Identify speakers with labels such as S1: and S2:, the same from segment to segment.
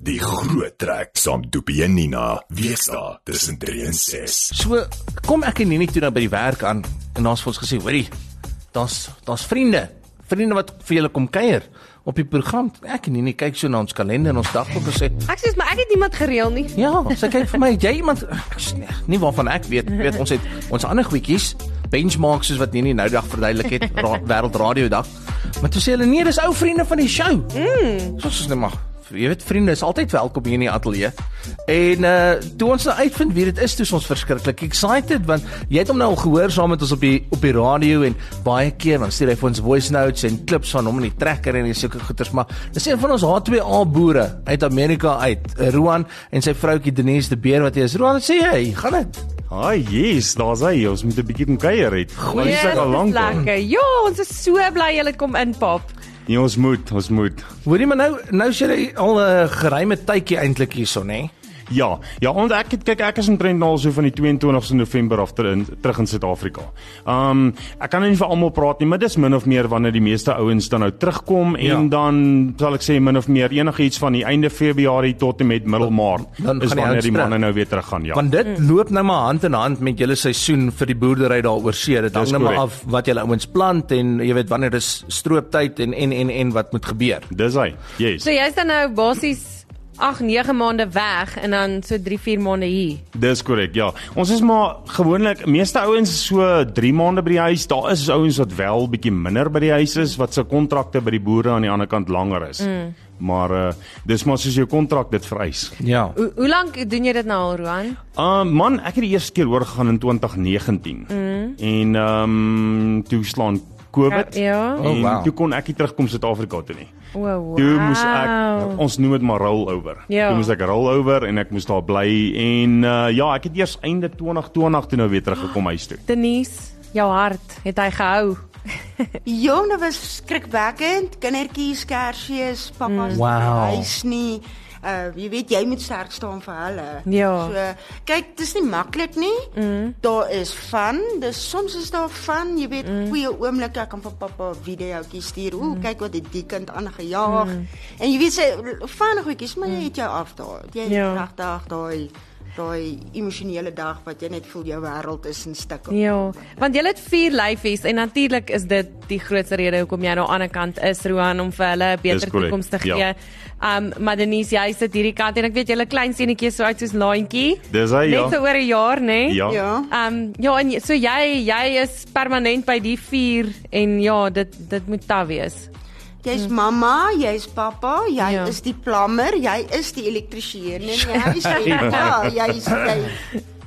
S1: Die groot trek saam Doopie en Nina. Weesdae tussen 3 en 6.
S2: So kom ek en Nini toe nou by die werk aan en ons het ons gesê, hoorie, daar's daar's vriende, vriende wat vir julle kom kuier op die program. Ek en Nini kyk so na ons kalender en ons dagboek en sê,
S3: Ek sê maar ek het niemand gereël nie.
S2: ja, sy kyk vir my, "Het jy iemand Ek sê, "Nee, nie waarvan ek weet, weet ons het ons ander goedjies, benchmarks soos wat Nini nou dag verduidelik het, ra wêreld radio dag. Maar toe sê hulle, "Nee, dis ou vriende van die show." Mm. So soos net maar Jy weet vriende is altyd welkom hier in die ateljee. En uh toe ons nou uitvind wie dit is, toe is ons verskriklik excited want jy het hom nou al gehoor saam met ons op die op die radio en baie keer dan stuur hy vir ons voice notes en klips van hom in die trekker en die sulke goeters, maar dis een van ons H2A boere uit Amerika uit, uh, Roan en sy vroutjie Denise de Beer wat hy is. Roan, wat sê jy? Gaan dit?
S4: Ai, yes, daar's hy. Ons moet 'n bietjie kom kuier het. Ons
S3: Nee,
S4: is
S3: dit
S4: al
S3: is
S4: lank. al.
S3: lekker. Ja, ons is so bly julle kom in, pap.
S4: Nee, ons moet, ons moet.
S2: Hoorie maar nou nou sê jy al 'n uh, geruime tydjie nee?" eintlik hierson, hè?
S4: Ja, ja, want ek het kyk ek is omtrent nou al so van die 22ste November af ter, in, terug in Suid-Afrika. Um ek kan nou nie vir almal praat nie, maar dis min of meer wanneer die meeste ouens dan nou terugkom en
S2: Ja.
S4: dan sal ek sê min of meer enigiets van die einde Februarie tot en met middel Maart
S2: Dan gaan
S4: is
S2: die
S4: wanneer
S2: ouens
S4: die manne
S2: terug.
S4: nou weer terug gaan, ja.
S2: Want dit loop nou maar hand in hand met julle seisoen vir die boerdery daar oor see. Dit hang
S4: Dis
S2: nou maar
S4: korrek.
S2: af wat julle ouens plant en jy weet wanneer dis strooptyd en en en en wat moet gebeur.
S4: Dis hy. Yes.
S3: So jy's dan nou basies 8, 9 maande weg en dan so 3, 4 maande hier.
S4: Dis korrek, ja. Ons is maar gewoonlik meeste ouens is so 3 maande by die huis. Daar is ouens wat wel bietjie minder by die huis is wat se kontrakte by die boere aan die ander kant langer is. Mm. Maar uh dis maar soos jou kontrak dit vereis.
S2: Ja.
S3: Hoe hoe lank doen jy dit nou al, Roan?
S4: Um man, ek het die eerste keer hoor gegaan in 2019. Mm. En um toe slaan COVID.
S3: Ja.
S4: En
S2: Oh, wow.
S4: toe kon ek nie terugkom Suid-Afrika toe nie.
S3: O, wow.
S4: Toe moes ek ons noem dit maar rollover.
S3: Ja.
S4: Toe moes ek rollover en ek moes daar bly en uh, ja, ek het eers einde 2020 toe nou weer teruggekom huis toe.
S3: Denise, jou hart het hy gehou.
S5: Jong, dit was skrikwekkend. Kindertjies, Kersfees, pappa's
S2: Wow.
S5: wow. huis nie. Uh jy weet jy moet sterk staan vir hulle.
S3: Ja.
S5: So kyk, dis nie maklik nie. Mm. Daar is van, dis soms is daar van, jy weet, mm. goeie oomblikke ek kan vir pappa 'n videoetjie stuur. Ooh, mm. kyk wat het die kind aangejaag. Mm. En jy weet sy van goedjies, maar jy het jou afdae. Jy het
S3: Ja.
S5: ja. regtig daai daai emosionele dag wat jy net voel jou wêreld is in stukke.
S3: Ja, want jy het vier lyfies en natuurlik is dit die grootste rede hoekom jy nou aan die ander kant is, Roan, om vir hulle 'n
S4: Dis
S3: beter
S4: korrek,
S3: toekoms te
S4: ja.
S3: gee. Um, maar Denise, jy sit hierdie kant en ek weet julle klein seentjie is so uit soos laantjie.
S4: Dis hy, ja.
S3: Net so oor 'n jaar, né?
S4: Ja.
S5: ja.
S3: Ehm um, ja en jy- so jy jy is permanent by die vier en ja dit dit moet taai wees.
S5: Jy's mamma, jy's pappa, jy
S3: Ja.
S5: ja. is die plammer, jy is die elektriesien en jy is die, ja, jy is jy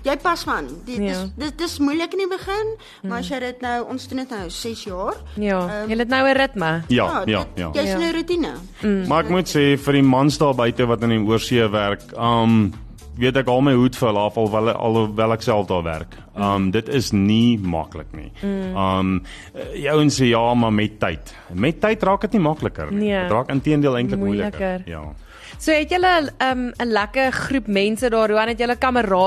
S5: jy pas man. Dit
S3: Ja.
S5: ja. is dit dis moeilik in die begin, maar as jy dit nou ons doen dit nou 6 jaar.
S3: Ja,
S5: Ehm,
S3: um, jy het nou 'n ritme.
S4: Ja, ja,
S5: dit-
S4: ja.
S5: Jy's
S3: Ja.
S5: in 'n rotine.
S4: Maar ek moet sê vir die mans daar buite wat in die oorsee werk, um weet ek al my hoed vir hulle af alhoewel alhoewel ek self daar werk. Um dit is nie maklik nie. Um jou en sê ja, maar met tyd. Met tyd raak dit nie makliker nie.
S3: Nee.
S4: Dit raak inteendeel eintlik moeiliker.
S3: Moeiliker.
S4: Ja.
S3: So het julle ehm um, 'n lekker groep mense daar, Roan, het julle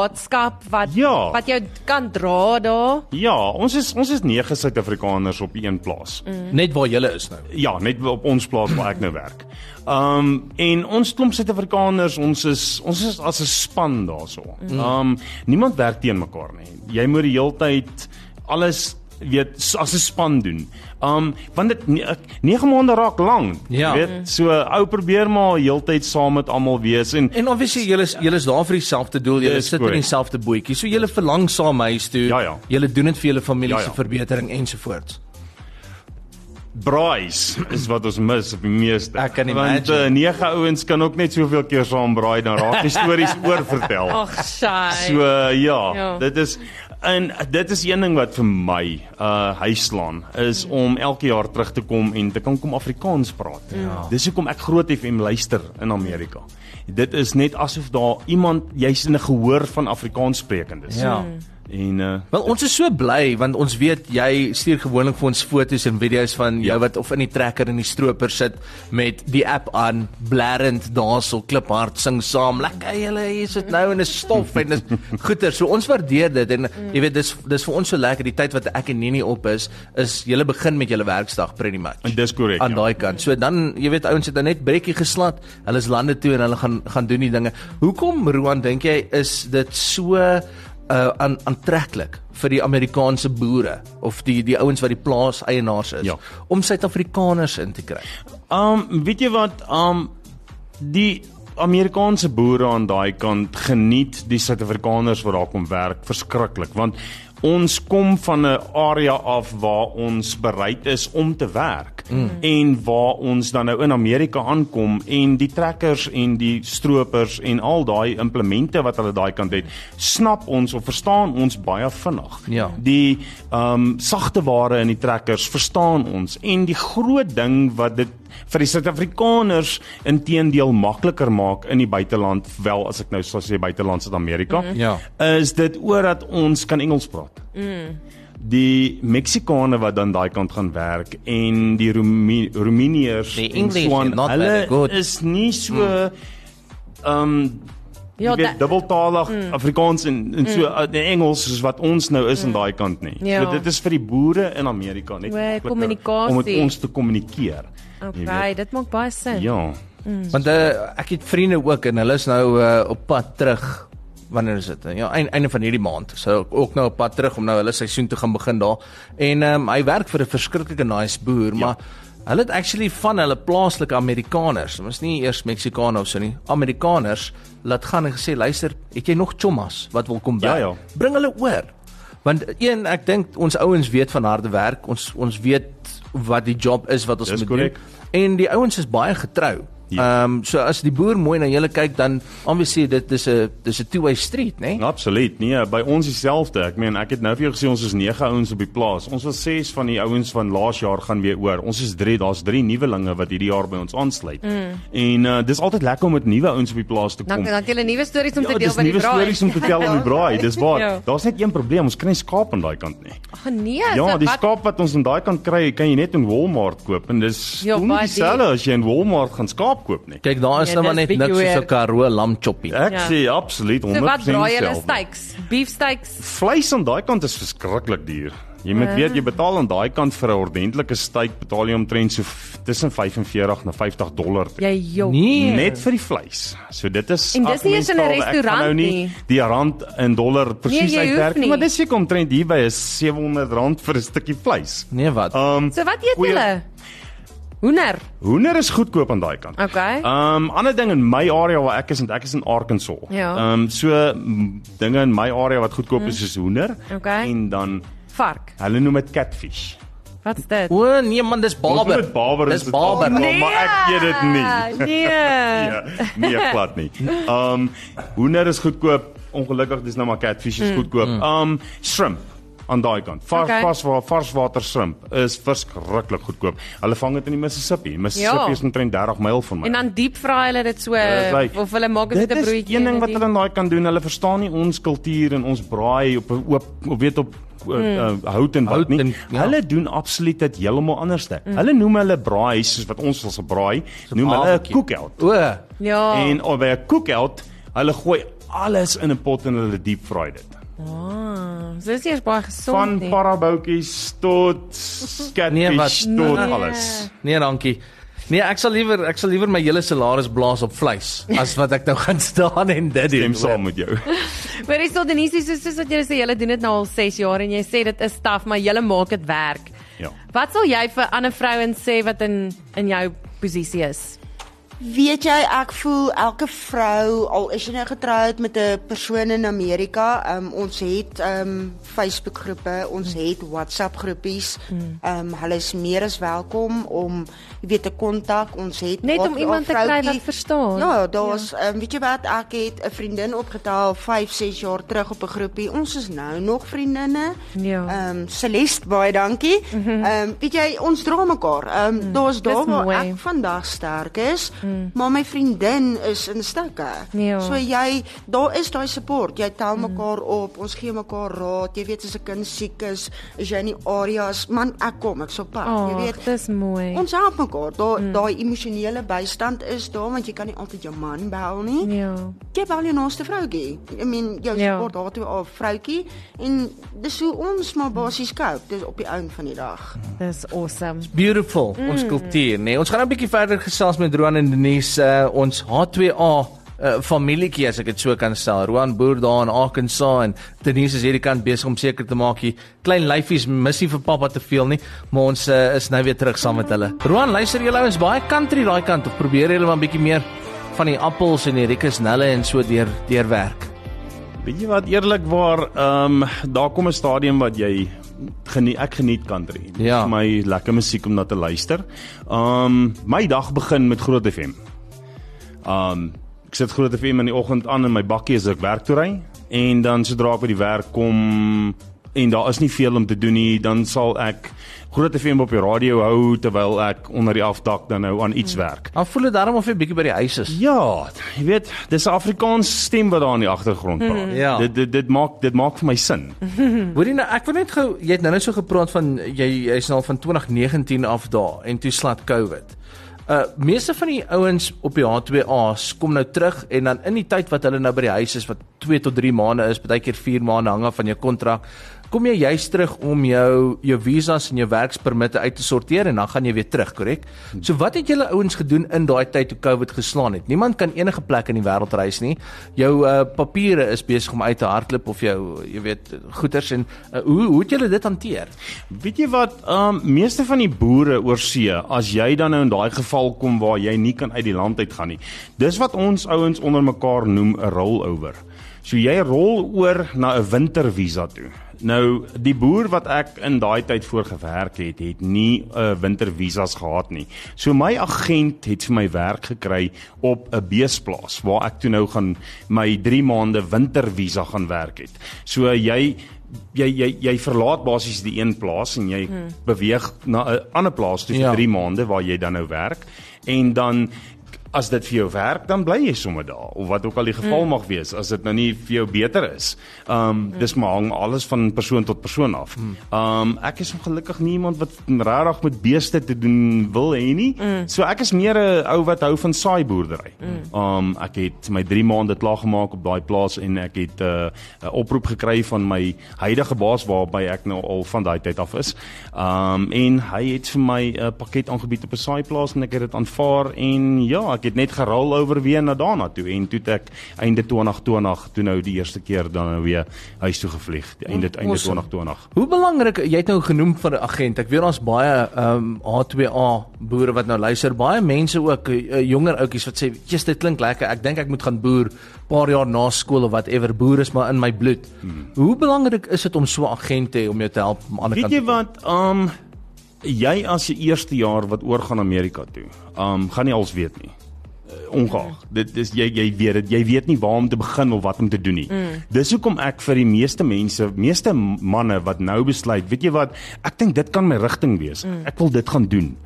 S3: kameraadskap wat
S4: Ja.
S3: wat jou kan dra daar.
S4: Ja, ons is ons is 9 Suid-Afrikaners op een plaas.
S2: Net waar julle is nou.
S4: Ja, net op ons plaas waar ek nou werk. Um en ons klomp Suid-Afrikaners, ons is ons is as 'n span daarso. Um niemand werk teen mekaar nie. Jy moet die heeltyd alles weet s- as 'n span doen. Um want dit 9 maande raak lank.
S2: Ja.
S4: Jy weet, so ou probeer maar heeltyd saam met almal wees en
S2: En obviously julle is julle is daar vir dieselfde doel, julle
S4: Dis
S2: sit in
S4: correct.
S2: dieselfde bootjie. So julle verlang saam huis toe.
S4: Ja, ja.
S2: Julle doen dit vir julle familie
S4: Ja,
S2: se
S4: ja.
S2: verbetering ensovoorts.
S4: braais is wat ons mis op die meeste.
S2: Ek kan
S4: Want
S2: imagine.
S4: uh, nege ouens kan ook net soveel keer saam braai dan raak die stories oorvertel.
S2: Oh,
S3: Ag, sy.
S4: So
S3: Ja.
S4: ja, ja, dit is en dit is een ding wat vir my uh huislaan is
S2: Mm.
S4: om elke jaar terug te kom en te kan kom Afrikaans praat. Ja. Dis hoekom ek Groot FM luister in Amerika. Dit is net asof daar iemand jy's in 'n gehoor van Afrikaans sprekendes.
S2: Ja.
S4: En uh
S2: Wel ons is so bly want ons weet jy stuur gewoonlik vir ons foto's en video's van ja. jou wat of in die trekker in die stroper sit met die app aan blerrend daarso kliphard sing saam lekker julle hier sit nou in 'n stof en is goeter so ons waardeer dit en jy weet dis dis vir ons so lekker die tyd wat ek en Nini op is is julle begin met julle werksdag pretty much
S4: En dis korrek,
S2: aan
S4: ja.
S2: daai kant so dan jy weet ouens het nou net brekkie geslat hulle is lande toe en hulle gaan gaan doen die dinge hoekom Roan dink jy is dit so uh aan aantreklik vir die Amerikaanse boere of die die ouens wat die plaaseienaars is
S4: Ja.
S2: om Suid-Afrikaners in te kry.
S4: um weet jy wat um die Amerikaanse boere aan daai kant geniet die Suid-Afrikaners wat daar kom werk verskriklik want ons kom van 'n area af waar ons bereid is om te werk mm. en waar ons dan nou in Amerika aankom en die trekkers en die stroopers en al daai implemente wat hulle daai kant het snap ons of verstaan ons baie vinnig
S2: Ja.
S4: die ehm um, sagte ware in die trekkers verstaan ons en die groot ding wat dit vir die Suid-Afrikaners inteendeel makliker maak in die buiteland wel as ek nou sou sê buiteland Suid-Amerika mm.
S2: Ja.
S4: is dit oor dat ons kan Engels praat. Mm. Die Meksikane wat dan daai kant gaan werk en die Roemie Roemeniërs
S2: The
S4: en
S2: English
S4: so aan,
S2: is not
S4: hulle
S2: very good. Mm.
S4: is nie so ehm um,
S3: Ja,
S4: Ja, weet,
S3: da-
S4: dubbeltalig mm. Afrikaans en en so mm. en Engels soos wat ons nou is aan daai kant nie.
S3: Ja.
S4: So dit is vir die boere in Amerika net
S3: Oor
S4: makliker
S3: kommunikasie.
S4: om met ons te kommunikeer. Jy
S3: Okay, Mm. dit maak baie sin.
S4: weet, Ja.
S2: Want uh, ek het vriende ook en hulle is nou uh, op pad terug. Wanneer is dit? Ja, einde, einde van hierdie maand. So ek ook nou op pad terug om nou hulle seisoen te gaan begin daar. En um, hy werk vir 'n verskriklike nice boer, ja. maar hulle het actually van hulle plaaslike Amerikaners, ons nie eers Meksikane of so nie, Amerikaners laat gaan en gesê, "Luister, het jy nog chommas wat wil kom
S4: Ja,
S2: werk?
S4: ja.
S2: Bring hulle oor." Want een, ek dink ons ouens weet van harde werk. Ons ons weet wat die job is wat ons
S4: Dis
S2: moet
S4: korrek.
S2: doen. En die ouens is baie getrou. Ehm
S4: Ja.
S2: um, so as die boer mooi na julle kyk dan obviously dit is 'n dis 'n two-way street, né? Nee?
S4: Absoluut. Nee, by ons dieselfde. Ek meen, ek het nou vir jou gesê ons is 9 ouens op die plaas. Ons was 6 van die ouens van laas jaar gaan weer oor. Ons is 3, daar's 3 nuwelinge wat hierdie jaar by ons aansluit. Mm. En uh, dis altyd lekker om met nuwe ouens op die plaas te kom. Ja,
S3: Dan dan het julle nuwe stories om te deel
S4: dis
S3: by die
S4: nuwe
S3: braai.
S4: stories om te tel aan die braai. Dis waar.
S3: Ja.
S4: Daar's net een probleem, ons kry nie skaap aan daai kant nie.
S3: Ag nee, so
S4: Ja, die
S3: wat-
S4: skaap wat ons aan daai kant kry, kan jy net in Walmart koop en dis
S3: Ja,
S4: doen
S3: baie
S4: nie dieselfde as jy in Walmart gaan skaap koop nie.
S2: Kyk, daar is
S3: Ja,
S2: nou maar
S3: dis
S2: net
S3: bietjie
S2: niks soos
S3: weird.
S2: 'n Karoo lam choppie.
S4: Ek
S3: Ja.
S4: sê absoluut 100%
S3: So wat braai julle
S4: self.
S3: steaks? Beef steaks?
S4: Vleis aan daai kant is verskriklik duur. Jy
S3: Ja.
S4: moet weet jy betaal aan daai kant vir 'n ordentlike steak betaal jy omtrent so f- tussen 45 na 50 dollar.
S3: Jy jok.
S2: Nee.
S4: Net vir die vleis. So dit is
S3: Ja. En dis
S4: ag,
S3: nie eens in 'n
S4: mense, ek gaan
S3: restaurant
S4: nou
S3: nie. Nee,
S4: Die rand en dollar presies
S3: jy hoef
S4: uitwerk,
S3: nie.
S4: maar dis seker omtrent hier by is R700 vir 'n stukkie vleis.
S2: Nee wat? Uh,
S4: Ehm
S3: So wat eet
S4: goeie-
S3: julle? Hoender.
S4: Hoender is goedkoop aan daai kant.
S3: Okay.
S4: Um ander ding in my area waar ek is, want ek is in Arkansas.
S3: Ja. Hm.
S4: Um so m, dinge in my area wat goedkoop is is hoender
S3: Okay.
S4: en dan
S3: Vark.
S4: hulle noem dit catfish.
S3: Wat's dit?
S2: o nee man, dis
S4: Ons noem
S2: barber.
S4: dit barber
S2: Dis barber.
S4: Oh, maar ek eet dit
S3: Ja.
S4: nie.
S3: Nee.
S4: Ja, nee, glad nie. Um hoender is goedkoop. Ongelukkig dis nou maar catfish
S3: Hm.
S4: is goedkoop. Um shrimp aan daai kant. Vars
S3: Okay.
S4: okay. vars varswater shrimp is verskriklik goedkoop. Hulle vang dit in die Mississippi. Mississippi
S3: Ja.
S4: ja. is omtrent 30 myl van my.
S3: En dan diep fraai hulle dit so
S4: Dis like-
S3: of hulle maak dit met 'n broodjie.
S4: Ja, Dit is een ding
S3: en
S4: wat
S3: dit-
S4: hulle aan daai kan doen. Hulle verstaan nie ons kultuur en ons braai op 'n oop op weet op uh, uh, hout en
S2: Hout
S4: wat nie.
S2: en- ja.
S4: Hulle doen absoluut dit heeltemal anderste. Mm. Hulle noem hulle braai soos wat ons ons braai, noem hulle 'n
S2: barbecue.
S4: cookout.
S2: O.
S3: Ja.
S4: En oh, by 'n cookout, hulle gooi alles in 'n pot en hulle deep fry dit.
S3: Ah, so dis nie eers baie gesond nee. nie.
S4: Van paraboutjies tot
S2: Nee, wat-
S4: catfish nee, tot nee.
S2: Nee.
S4: alles.
S2: Nee, dankie. Nee, ek sal liewer ek sal liewer my hele salaris blaas op vleis as wat ek nou gaan staan en dit
S4: Stem
S2: doen.
S4: saam met jou.
S3: Maar is dit nie soos soos wat jy sê jy doen dit nou al 6 jaar en jy sê dit is taaf, maar jy maak dit werk.
S4: Ja.
S3: Wat sal jy vir ander vrouens sê wat in in jou posisie is?
S5: Weet jy ek voel elke vrou al is jy nou getroud met 'n persoon in Amerika, um, ons het um Facebook groepe, ons
S3: Hmm.
S5: het WhatsApp groepies. Um hulle is meer as welkom om jy weet te kontak. Ons het
S3: Net om
S5: waar-
S3: iemand te
S5: waar
S3: kry wat
S5: vroukie-
S3: verstaan.
S5: Ja, daar's um, weet jy wat ek het 'n vriendin opgetel 5, 6 jaar terug op 'n groepie. Ons is nou nog vriendinne.
S3: Ja. Mhm.
S5: Ehm um, Celeste baie dankie. Ehm um, weet jy ons dra mekaar. Ehm um, daar's
S3: Hmm. dis
S5: daar waar
S3: mooi.
S5: ek vandag sterk is, maar my vriendin is in stukke.
S3: Ja.
S5: So jy daar is daai support. Jy tel mekaar op, ons gee mekaar raad. Jy weet as 'n kind siek is, is jy in die areas, man, ek kom, ek sal pas. jy
S3: Ag,
S5: weet,
S3: dis mooi.
S5: Ons help mekaar. Daai daai emosionele bystand is daar want jy kan nie altyd jou man bel nie.
S3: Ja.
S5: Jy bel jou naaste vroutjie. I mean, jou
S3: Ja.
S5: support daartoe af vroutjie en dis hoe ons maar basies cope. Dis op die einde van die dag.
S3: Dis awesome.
S2: Beautiful, ons kultuur, nê. Nee. Ons gaan nou 'n bietjie verder gesels met Roan en Denise, uh, ons H2A uh, familietjie as ek dit so kan stel. Roan boer daar in Arkansas en Denise is hierdie kant besig om seker te maak hier klein lyfies mis nie vir pappa te veel nie, maar ons uh, is nou weer terug saam met hulle. Roan, luister julle ouens baie country daai kant of probeer julle maar 'n bietjie meer van die appels en die rikkesnelle en so deur deur werk.
S4: Weet jy wat eerlikwaar, ehm daar kom 'n stadium wat jy geniet ek geniet country. Dit
S2: Ja.
S4: is my lekker musiek om na te luister. Ehm my dag begin met Groot FM. Um ek sit Groot FM in die oggend aan in my bakkie as ek werk toe ry en dan sodra ek by die werk kom en daar is nie veel om te doen nie, dan sal ek Groot FM op die radio hou terwyl ek onder die afdak dan nou aan iets werk.
S2: Dan voel dit daarom of jy bietjie by die huis is.
S4: Ja, jy weet, dis 'n Afrikaans stem wat daar in die agtergrond praat.
S2: Ja.
S4: Dit dit dit maak dit maak vir my sin.
S2: Hoorie nou, ek wil net gou jy het nou net so gepraat van jy jy's nou al van 2019 af daar en toe slat COVID. Uh meeste van die ouens op die H2A's kom nou terug en dan in die tyd wat hulle nou by die huis is wat 2 tot 3 maande is, baie keer 4 maande hang af van jou kontrak, kom jy juis terug om jou jou visas en jou werkspermitte uit te sorteer en dan gaan jy weer terug, korrek? So wat het julle ouens gedoen in daai tyd toe COVID geslaan het? Niemand kan enige plek in die wêreld reis nie. Jou uh papiere is besig om uit te hardloop of jou jy weet goeders en uh, hoe hoe het julle dit hanteer?
S4: Weet jy wat, ehm um, meeste van die boere oor see, as jy dan nou in daai geval kom waar jy nie kan uit die land uit gaan nie. Dis wat ons ouens onder mekaar noem 'n rollover. So jy rol oor na 'n wintervisa toe. Nou die boer wat ek in daai tyd voor gewerk het, het nie 'n wintervisas gehad nie. So my agent het vir my werk gekry op 'n beesplaas waar ek toe nou gaan my 3 maande wintervisa gaan werk het. So jy jy jy jy verlaat basies die een plaas en jy hmm. beweeg na 'n ander plaas toe vir
S2: Ja.
S4: 3 maande waar jy dan nou werk en dan as dit vir jou werk dan bly jy sommer daar of wat ook al die geval mm. mag wees as dit nou nie vir jou beter is. Um mm. dis maar hang alles van persoon tot persoon af. Um ek is ongelukkig nie iemand wat regtig met beeste te doen wil hê nie. Mm. So ek is meer 'n ou wat hou van saai boerdery. Mm. Um ek het my 3 maande klaar gemaak op daai plaas en ek het 'n uh, 'n oproep gekry van my huidige baas waarby ek nou al van daai tyd af is. Um en hy het vir my 'n pakket aangebied op 'n saaiplaas en ek het dit aanvaar en ja, ek het net gerol oor weer na daarna toe en toe het ek einde 2020 toe nou die eerste keer dan nou weer huis toe gevlieg, die einde einde
S2: Awesome.
S4: 2020.
S2: Hoe belangrik jy het nou genoem van 'n agent. Ek weet ons baie ehm um, H2A boere wat nou luister, baie mense ook uh, jonger ouetjies wat sê, "Jesus, dit klink lekker. Ek dink ek moet gaan boer paar jaar na skool of whatever. Boer is maar in my bloed." Hmm. Hoe belangrik is dit om so 'n agent te hê om jou te help om aan die
S4: Weet
S2: kant?
S4: jy
S2: te-
S4: wat, um jy as die eerste jaar wat oor gaan Amerika toe, um gaan nie als weet nie. Uh, ongeag. Dit is jy jy weet dit, jy weet nie waar om te begin of wat om te doen nie. Mm. Dis hoekom ek vir die meeste mense, meeste manne wat nou besluit, weet jy wat, ek dink dit kan my rigting wees. Mm. Ek wil dit gaan doen.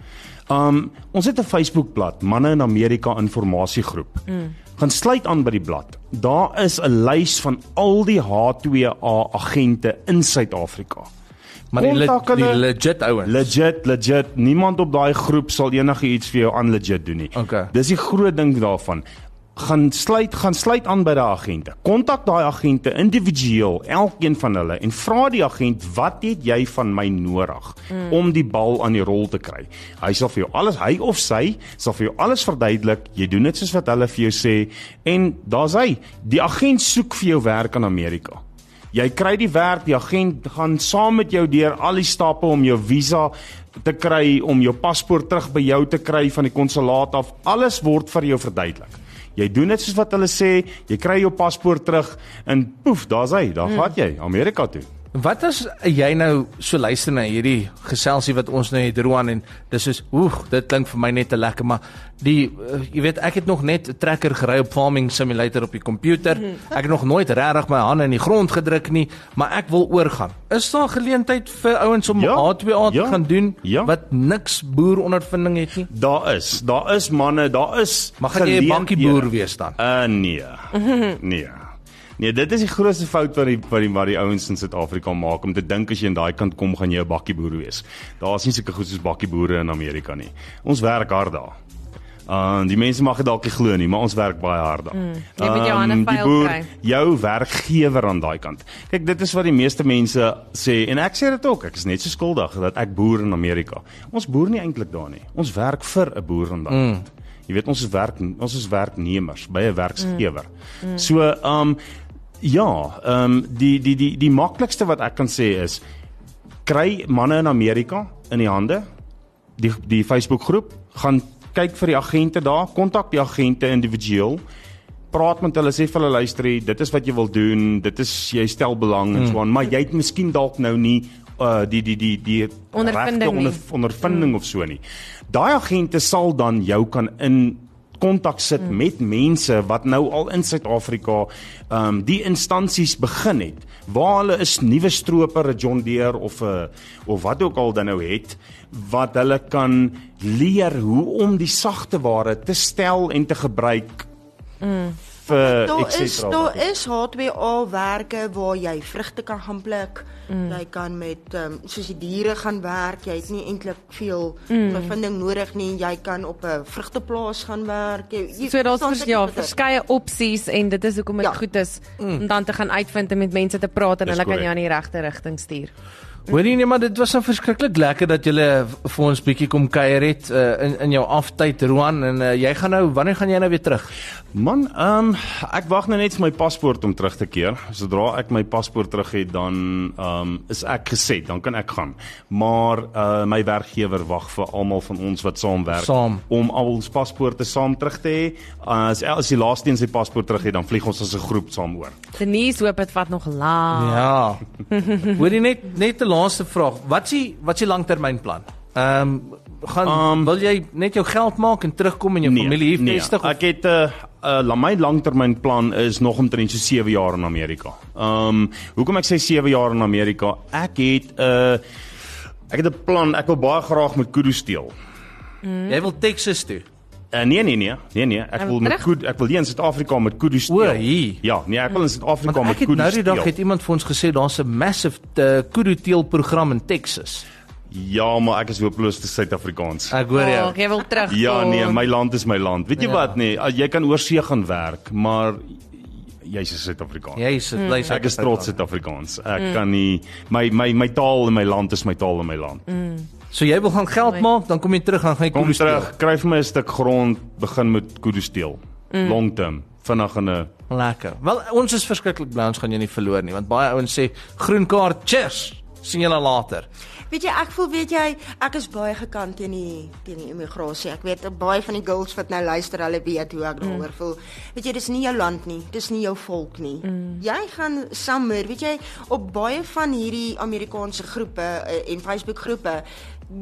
S4: Um ons het 'n Facebookblad, Manne in Amerika Informasiegroep. Mm. Gaan sluit aan by die blad. Daar is 'n lys van al die H2A agente in Suid-Afrika.
S2: maar die, le
S4: kontak
S2: die
S4: hulle-
S2: legit ouens.
S4: Legit, legit. Niemand op daai groep sal enigiets vir jou unlegit doen nie.
S2: Okay.
S4: Dis die groot ding daarvan. Gaan sluit, gaan sluit aan by daai agente. Kontak daai agente individueel, elkeen van hulle en vra die agent, "Wat het jy van my nodig mm. om die bal aan die rol te kry?" Hy sal vir jou alles, hy of sy sal vir jou alles verduidelik. Jy doen dit soos wat hulle vir jou sê en daar's hy. Die agent soek vir jou werk in Amerika. Jy kry die werk, die agent gaan saam met jou deur al die stappe om jou visa te kry, om jou paspoort terug by jou te kry van die konsulaat af. Alles word vir jou verduidelik. Jy doen net
S2: Hmm.
S4: soos wat hulle sê, jy kry jou paspoort terug en poef, daar's hy, daar mm. gaan jy Amerika toe.
S2: Wat as jy nou so luister na hierdie geselsie wat ons nou het Roan en dis soos oeg dit klink vir my net te lekker maar die uh, jy weet ek het nog net 'n trekker gery op farming simulator op die komputer. Ek het nog nooit regtig my hande in die grond gedruk nie, maar ek wil oorgaan. Is daar geleentheid vir ouens om
S4: Ja,
S2: A2A te
S4: ja,
S2: gaan doen
S4: ja.
S2: wat niks boerondervinding het nie?
S4: Daar is, daar is manne, daar is
S2: Maar gaan jy 'n bankieboer wees dan?
S4: Uh nee. nee. Nee, dit is die grootste fout wat die wat die wat die ouens in Suid-Afrika maak om te dink as jy aan daai kant kom gaan jy 'n bakkieboer wees. Daar's nie sulke goed soos bakkieboere in Amerika nie. Ons werk hard daar. Uh die mense mag dit dalk nie glo nie, maar ons werk baie hard daar. Mm,
S3: Jy moet jou hande vuil kry.
S4: jou werkgewer aan daai kant. Kyk, dit is wat die meeste mense sê en ek sê dit ook. Ek is net so skuldig dat ek boer in Amerika. Ons boer nie eintlik daar nie. Ons werk vir 'n boer aan daai mm. kant. Jy weet ons is werk ons is werknemers by 'n werkgewer. Mm. So, ehm um, ja, ehm um, die die die die maklikste wat ek kan sê is kry manne in Amerika in die hande die die Facebook groep, gaan kyk vir die agente daar, kontak die agente individueel. Praat met hulle, sê vir hulle luister, hier, dit is wat jy wil doen, dit is jy stel belang en so aan, maar jy het miskien dalk nou nie uh die die die die
S3: Ondervinding
S4: regte
S3: nie. Mm.
S4: onder, ondervinding of so nie. Daai agente sal dan jou kan in kontak sit mm. met mense wat nou al in Suid-Afrika ehm um, die instansies begin het waar hulle is nuwe stroper 'n John Deere of 'n of wat ook al dan nou het wat hulle kan leer hoe om die sagte ware te stel en te gebruik mm. vir
S5: Daar
S4: et
S5: is
S4: cetera.
S5: daar is hardware al werke waar jy vrugte kan gaan pluk. Mm. Jy kan met ehm um, soos die diere gaan werk. Jy het nie eintlik veel mm. bevinding nodig nie. Jy kan op 'n vrugteplaas gaan werk. Jy, jy
S3: So daar's
S5: verstaan
S3: vers,
S5: sulke
S3: ja,
S5: goeder.
S3: verskeie opsies en dit is hoekom dit ja.
S5: Ja.
S3: goed is
S2: Mm.
S3: om dan te gaan uitvind en met mense te praat en
S4: Dis
S3: hulle kan
S4: korrek.
S3: jou in die regte rigting stuur.
S2: Hoorie nee, maar dit was 'n verskriklik lekker dat julle vir ons bietjie kom kuier het uh, in in jou aftyd Roan en uh, jy gaan nou wanneer gaan jy nou weer terug?
S4: Man, ehm um, ek wag nou net vir my paspoort om terug te keer. Sodra ek my paspoort terug het, dan ehm um, is ek geset, dan kan ek gaan. Maar uh my werkgewer wag vir almal van ons wat saamwerk
S2: Saam.
S4: om al ons paspoorte saam terug te hê. Uh, as as die laaste een sy paspoort terug het, dan vlieg ons as 'n groep saam oor.
S3: Denise hoop dit vat nog lank.
S2: Ja. Hoorie net net 'n laaste vraag. Wat s'ie wat s'ie langtermynplan? Ehm um, gaan um, wil jy net jou geld maak en terugkom en jou nee, familie hier vestig?
S4: Nee,
S2: Nee,
S4: ek het 'n uh, uh, my langtermynplan is nog omtrent so 7 jaar in Amerika. Ehm um, hoekom ek sê 7 jaar in Amerika? Ek het 'n uh, ek het 'n plan. Ek wil baie graag met kudu steel.
S2: ek, jy wil Texas toe.
S4: Uh, nee nee nee. Nee nee, ek
S3: En
S4: wil met
S3: terug?
S4: kudu ek wil hier in Suid-Afrika met kudu steel.
S2: O, hier.
S4: Ja, nee, ek wil in
S2: Want
S4: Suid-Afrika met
S2: ek het
S4: kudu
S2: nou die
S4: steel.
S2: dag het iemand vir ons gesê daar's 'n massive uh, kudu teel program in Texas.
S4: Ja, maar ek is hopeloos te Suid-Afrikaans.
S2: Ek hoor jou.
S3: Oh, jy wil terug.
S4: Ja nee, my land is my land. Weet jy ja. wat nee, jy kan oorsee gaan werk, maar jy's 'n Suid-Afrikaner.
S2: Jy is bly
S4: Ek is trots Suid-Afrikaans. Ek mm. kan nie my my my taal in my land is my taal in my land. Mm.
S2: So jy wil gaan geld maak, dan kom jy terug en gaan jy
S4: Kom
S2: kudu steel.
S4: terug, kry vir my 'n stuk grond, begin met kudu steel. Mm. Long term, vinnig in 'n
S2: Lekker. Wel ons is verskriklik bly ons gaan jou nie verloor nie want baie ouens sê groen kaart, cheers. sien julle later.
S5: Weet jy, ek voel weet jy, ek is baie gekant teen die teen die immigrasie. Ek weet baie van die girls wat nou luister, hulle weet hoe ek daaroor voel. Weet jy, dis nie jou land nie, dis nie jou volk nie. Jy gaan sommer, weet jy, op baie van hierdie Amerikaanse groepe eh, en Facebook groepe,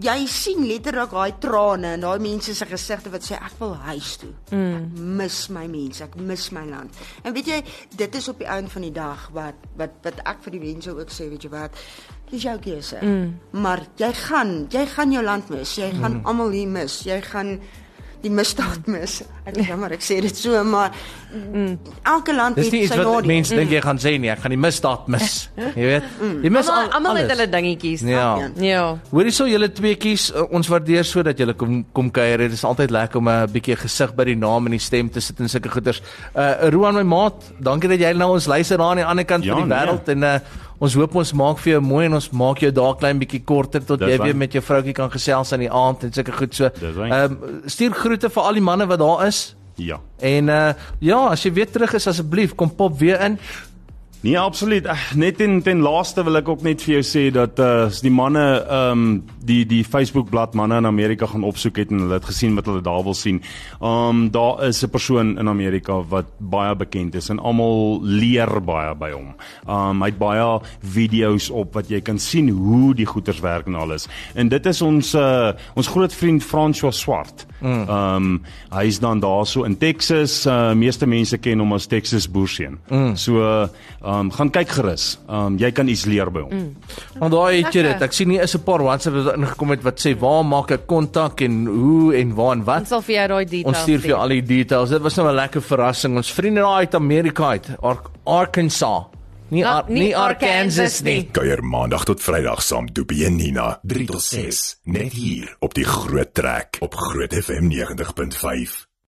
S5: jy sien letterlik daai trane en daai mense se gesigte wat sê ek wil huis toe. Ek mis my mense, ek mis my land. En weet jy, dit is op die einde van die dag wat wat wat ek vir die mense ook sê, weet jy wat? Dis jou keuse. Mm. Maar jy gaan, jy gaan jou land mis. Jy gaan mm. almal hier mis. Jy gaan die misdaad mis. Ek is jammer ek sê dit so, maar mm. elke land
S2: Dis nie
S5: het
S2: iets
S5: sy
S2: wat
S5: nadeel.
S2: mense
S3: Mm.
S2: dink jy gaan sê nie, ek gaan die misdaad mis. Jy weet, jy mis al
S3: Almal almal het
S2: alles.
S3: hulle dingetjies.
S2: Ja.
S5: Elkeen.
S3: Ja.
S2: Hoor hierso julle tweeetjies, uh, ons waardeer sodat julle kom kom kuier. Dit is altyd lekker om 'n bietjie gesig by die naam en die stem te sit en sulke goeders. Uh Roan my maat, dankie dat jy na ons luister daar aan die ander kant
S4: Ja,
S2: ja, van die
S4: nee.
S2: wêreld en uh ons hoop ons maak vir jou mooi en ons maak jou daar klein bietjie korter tot
S4: Dis
S2: jy
S4: waar.
S2: weer met jou vroutjie kan gesels aan die aand en sulke goed so.
S4: Dis waar.
S2: Ehm stuur groete vir al die manne wat daar is. eh,
S4: ja.
S2: En uh ja, as jy weer terug is asseblief, kom pop weer in.
S4: Nee, absoluut. Ag, Net ten ten laaste wil ek ook net vir jou sê dat uh as die manne ehm um, die die Facebook blad manne in Amerika gaan opsoek het en hulle het gesien wat hulle daar wil sien. Ehm um, daar is 'n persoon in Amerika wat baie bekend is en almal leer baie by hom. Ehm um, hy het baie video's op wat jy kan sien hoe die goeters werk en alles. En dit is ons uh ons groot vriend François Swart. Ehm um, hy is dan daarso in Texas. Uh meeste mense ken hom as Texas boerseun. Mm. So ehm um, gaan kyk gerus. Ehm um, jy kan iets leer by hom. Mm.
S2: Want daar het jy dit. Ek sien hier is 'n paar WhatsApp wat ingekom het wat sê waar maak ek kontak en hoe en waar en
S3: Ons
S2: wat.
S3: sal vir jou daai details.
S2: Ons stuur vir jou
S3: stuur.
S2: al die details. Dit was nou 'n lekker verrassing. Ons vriende daar uit Amerika uit Ar Arkansas. Nie
S3: Ah,
S2: Ar
S3: nie
S2: nie Arkansas
S3: Arkansas nie.
S2: nie.
S1: Kuier maandag tot Vrydag saam Doopie en Nina 3 tot 6 net hier op die Groot Trek op Groot FM 90.5.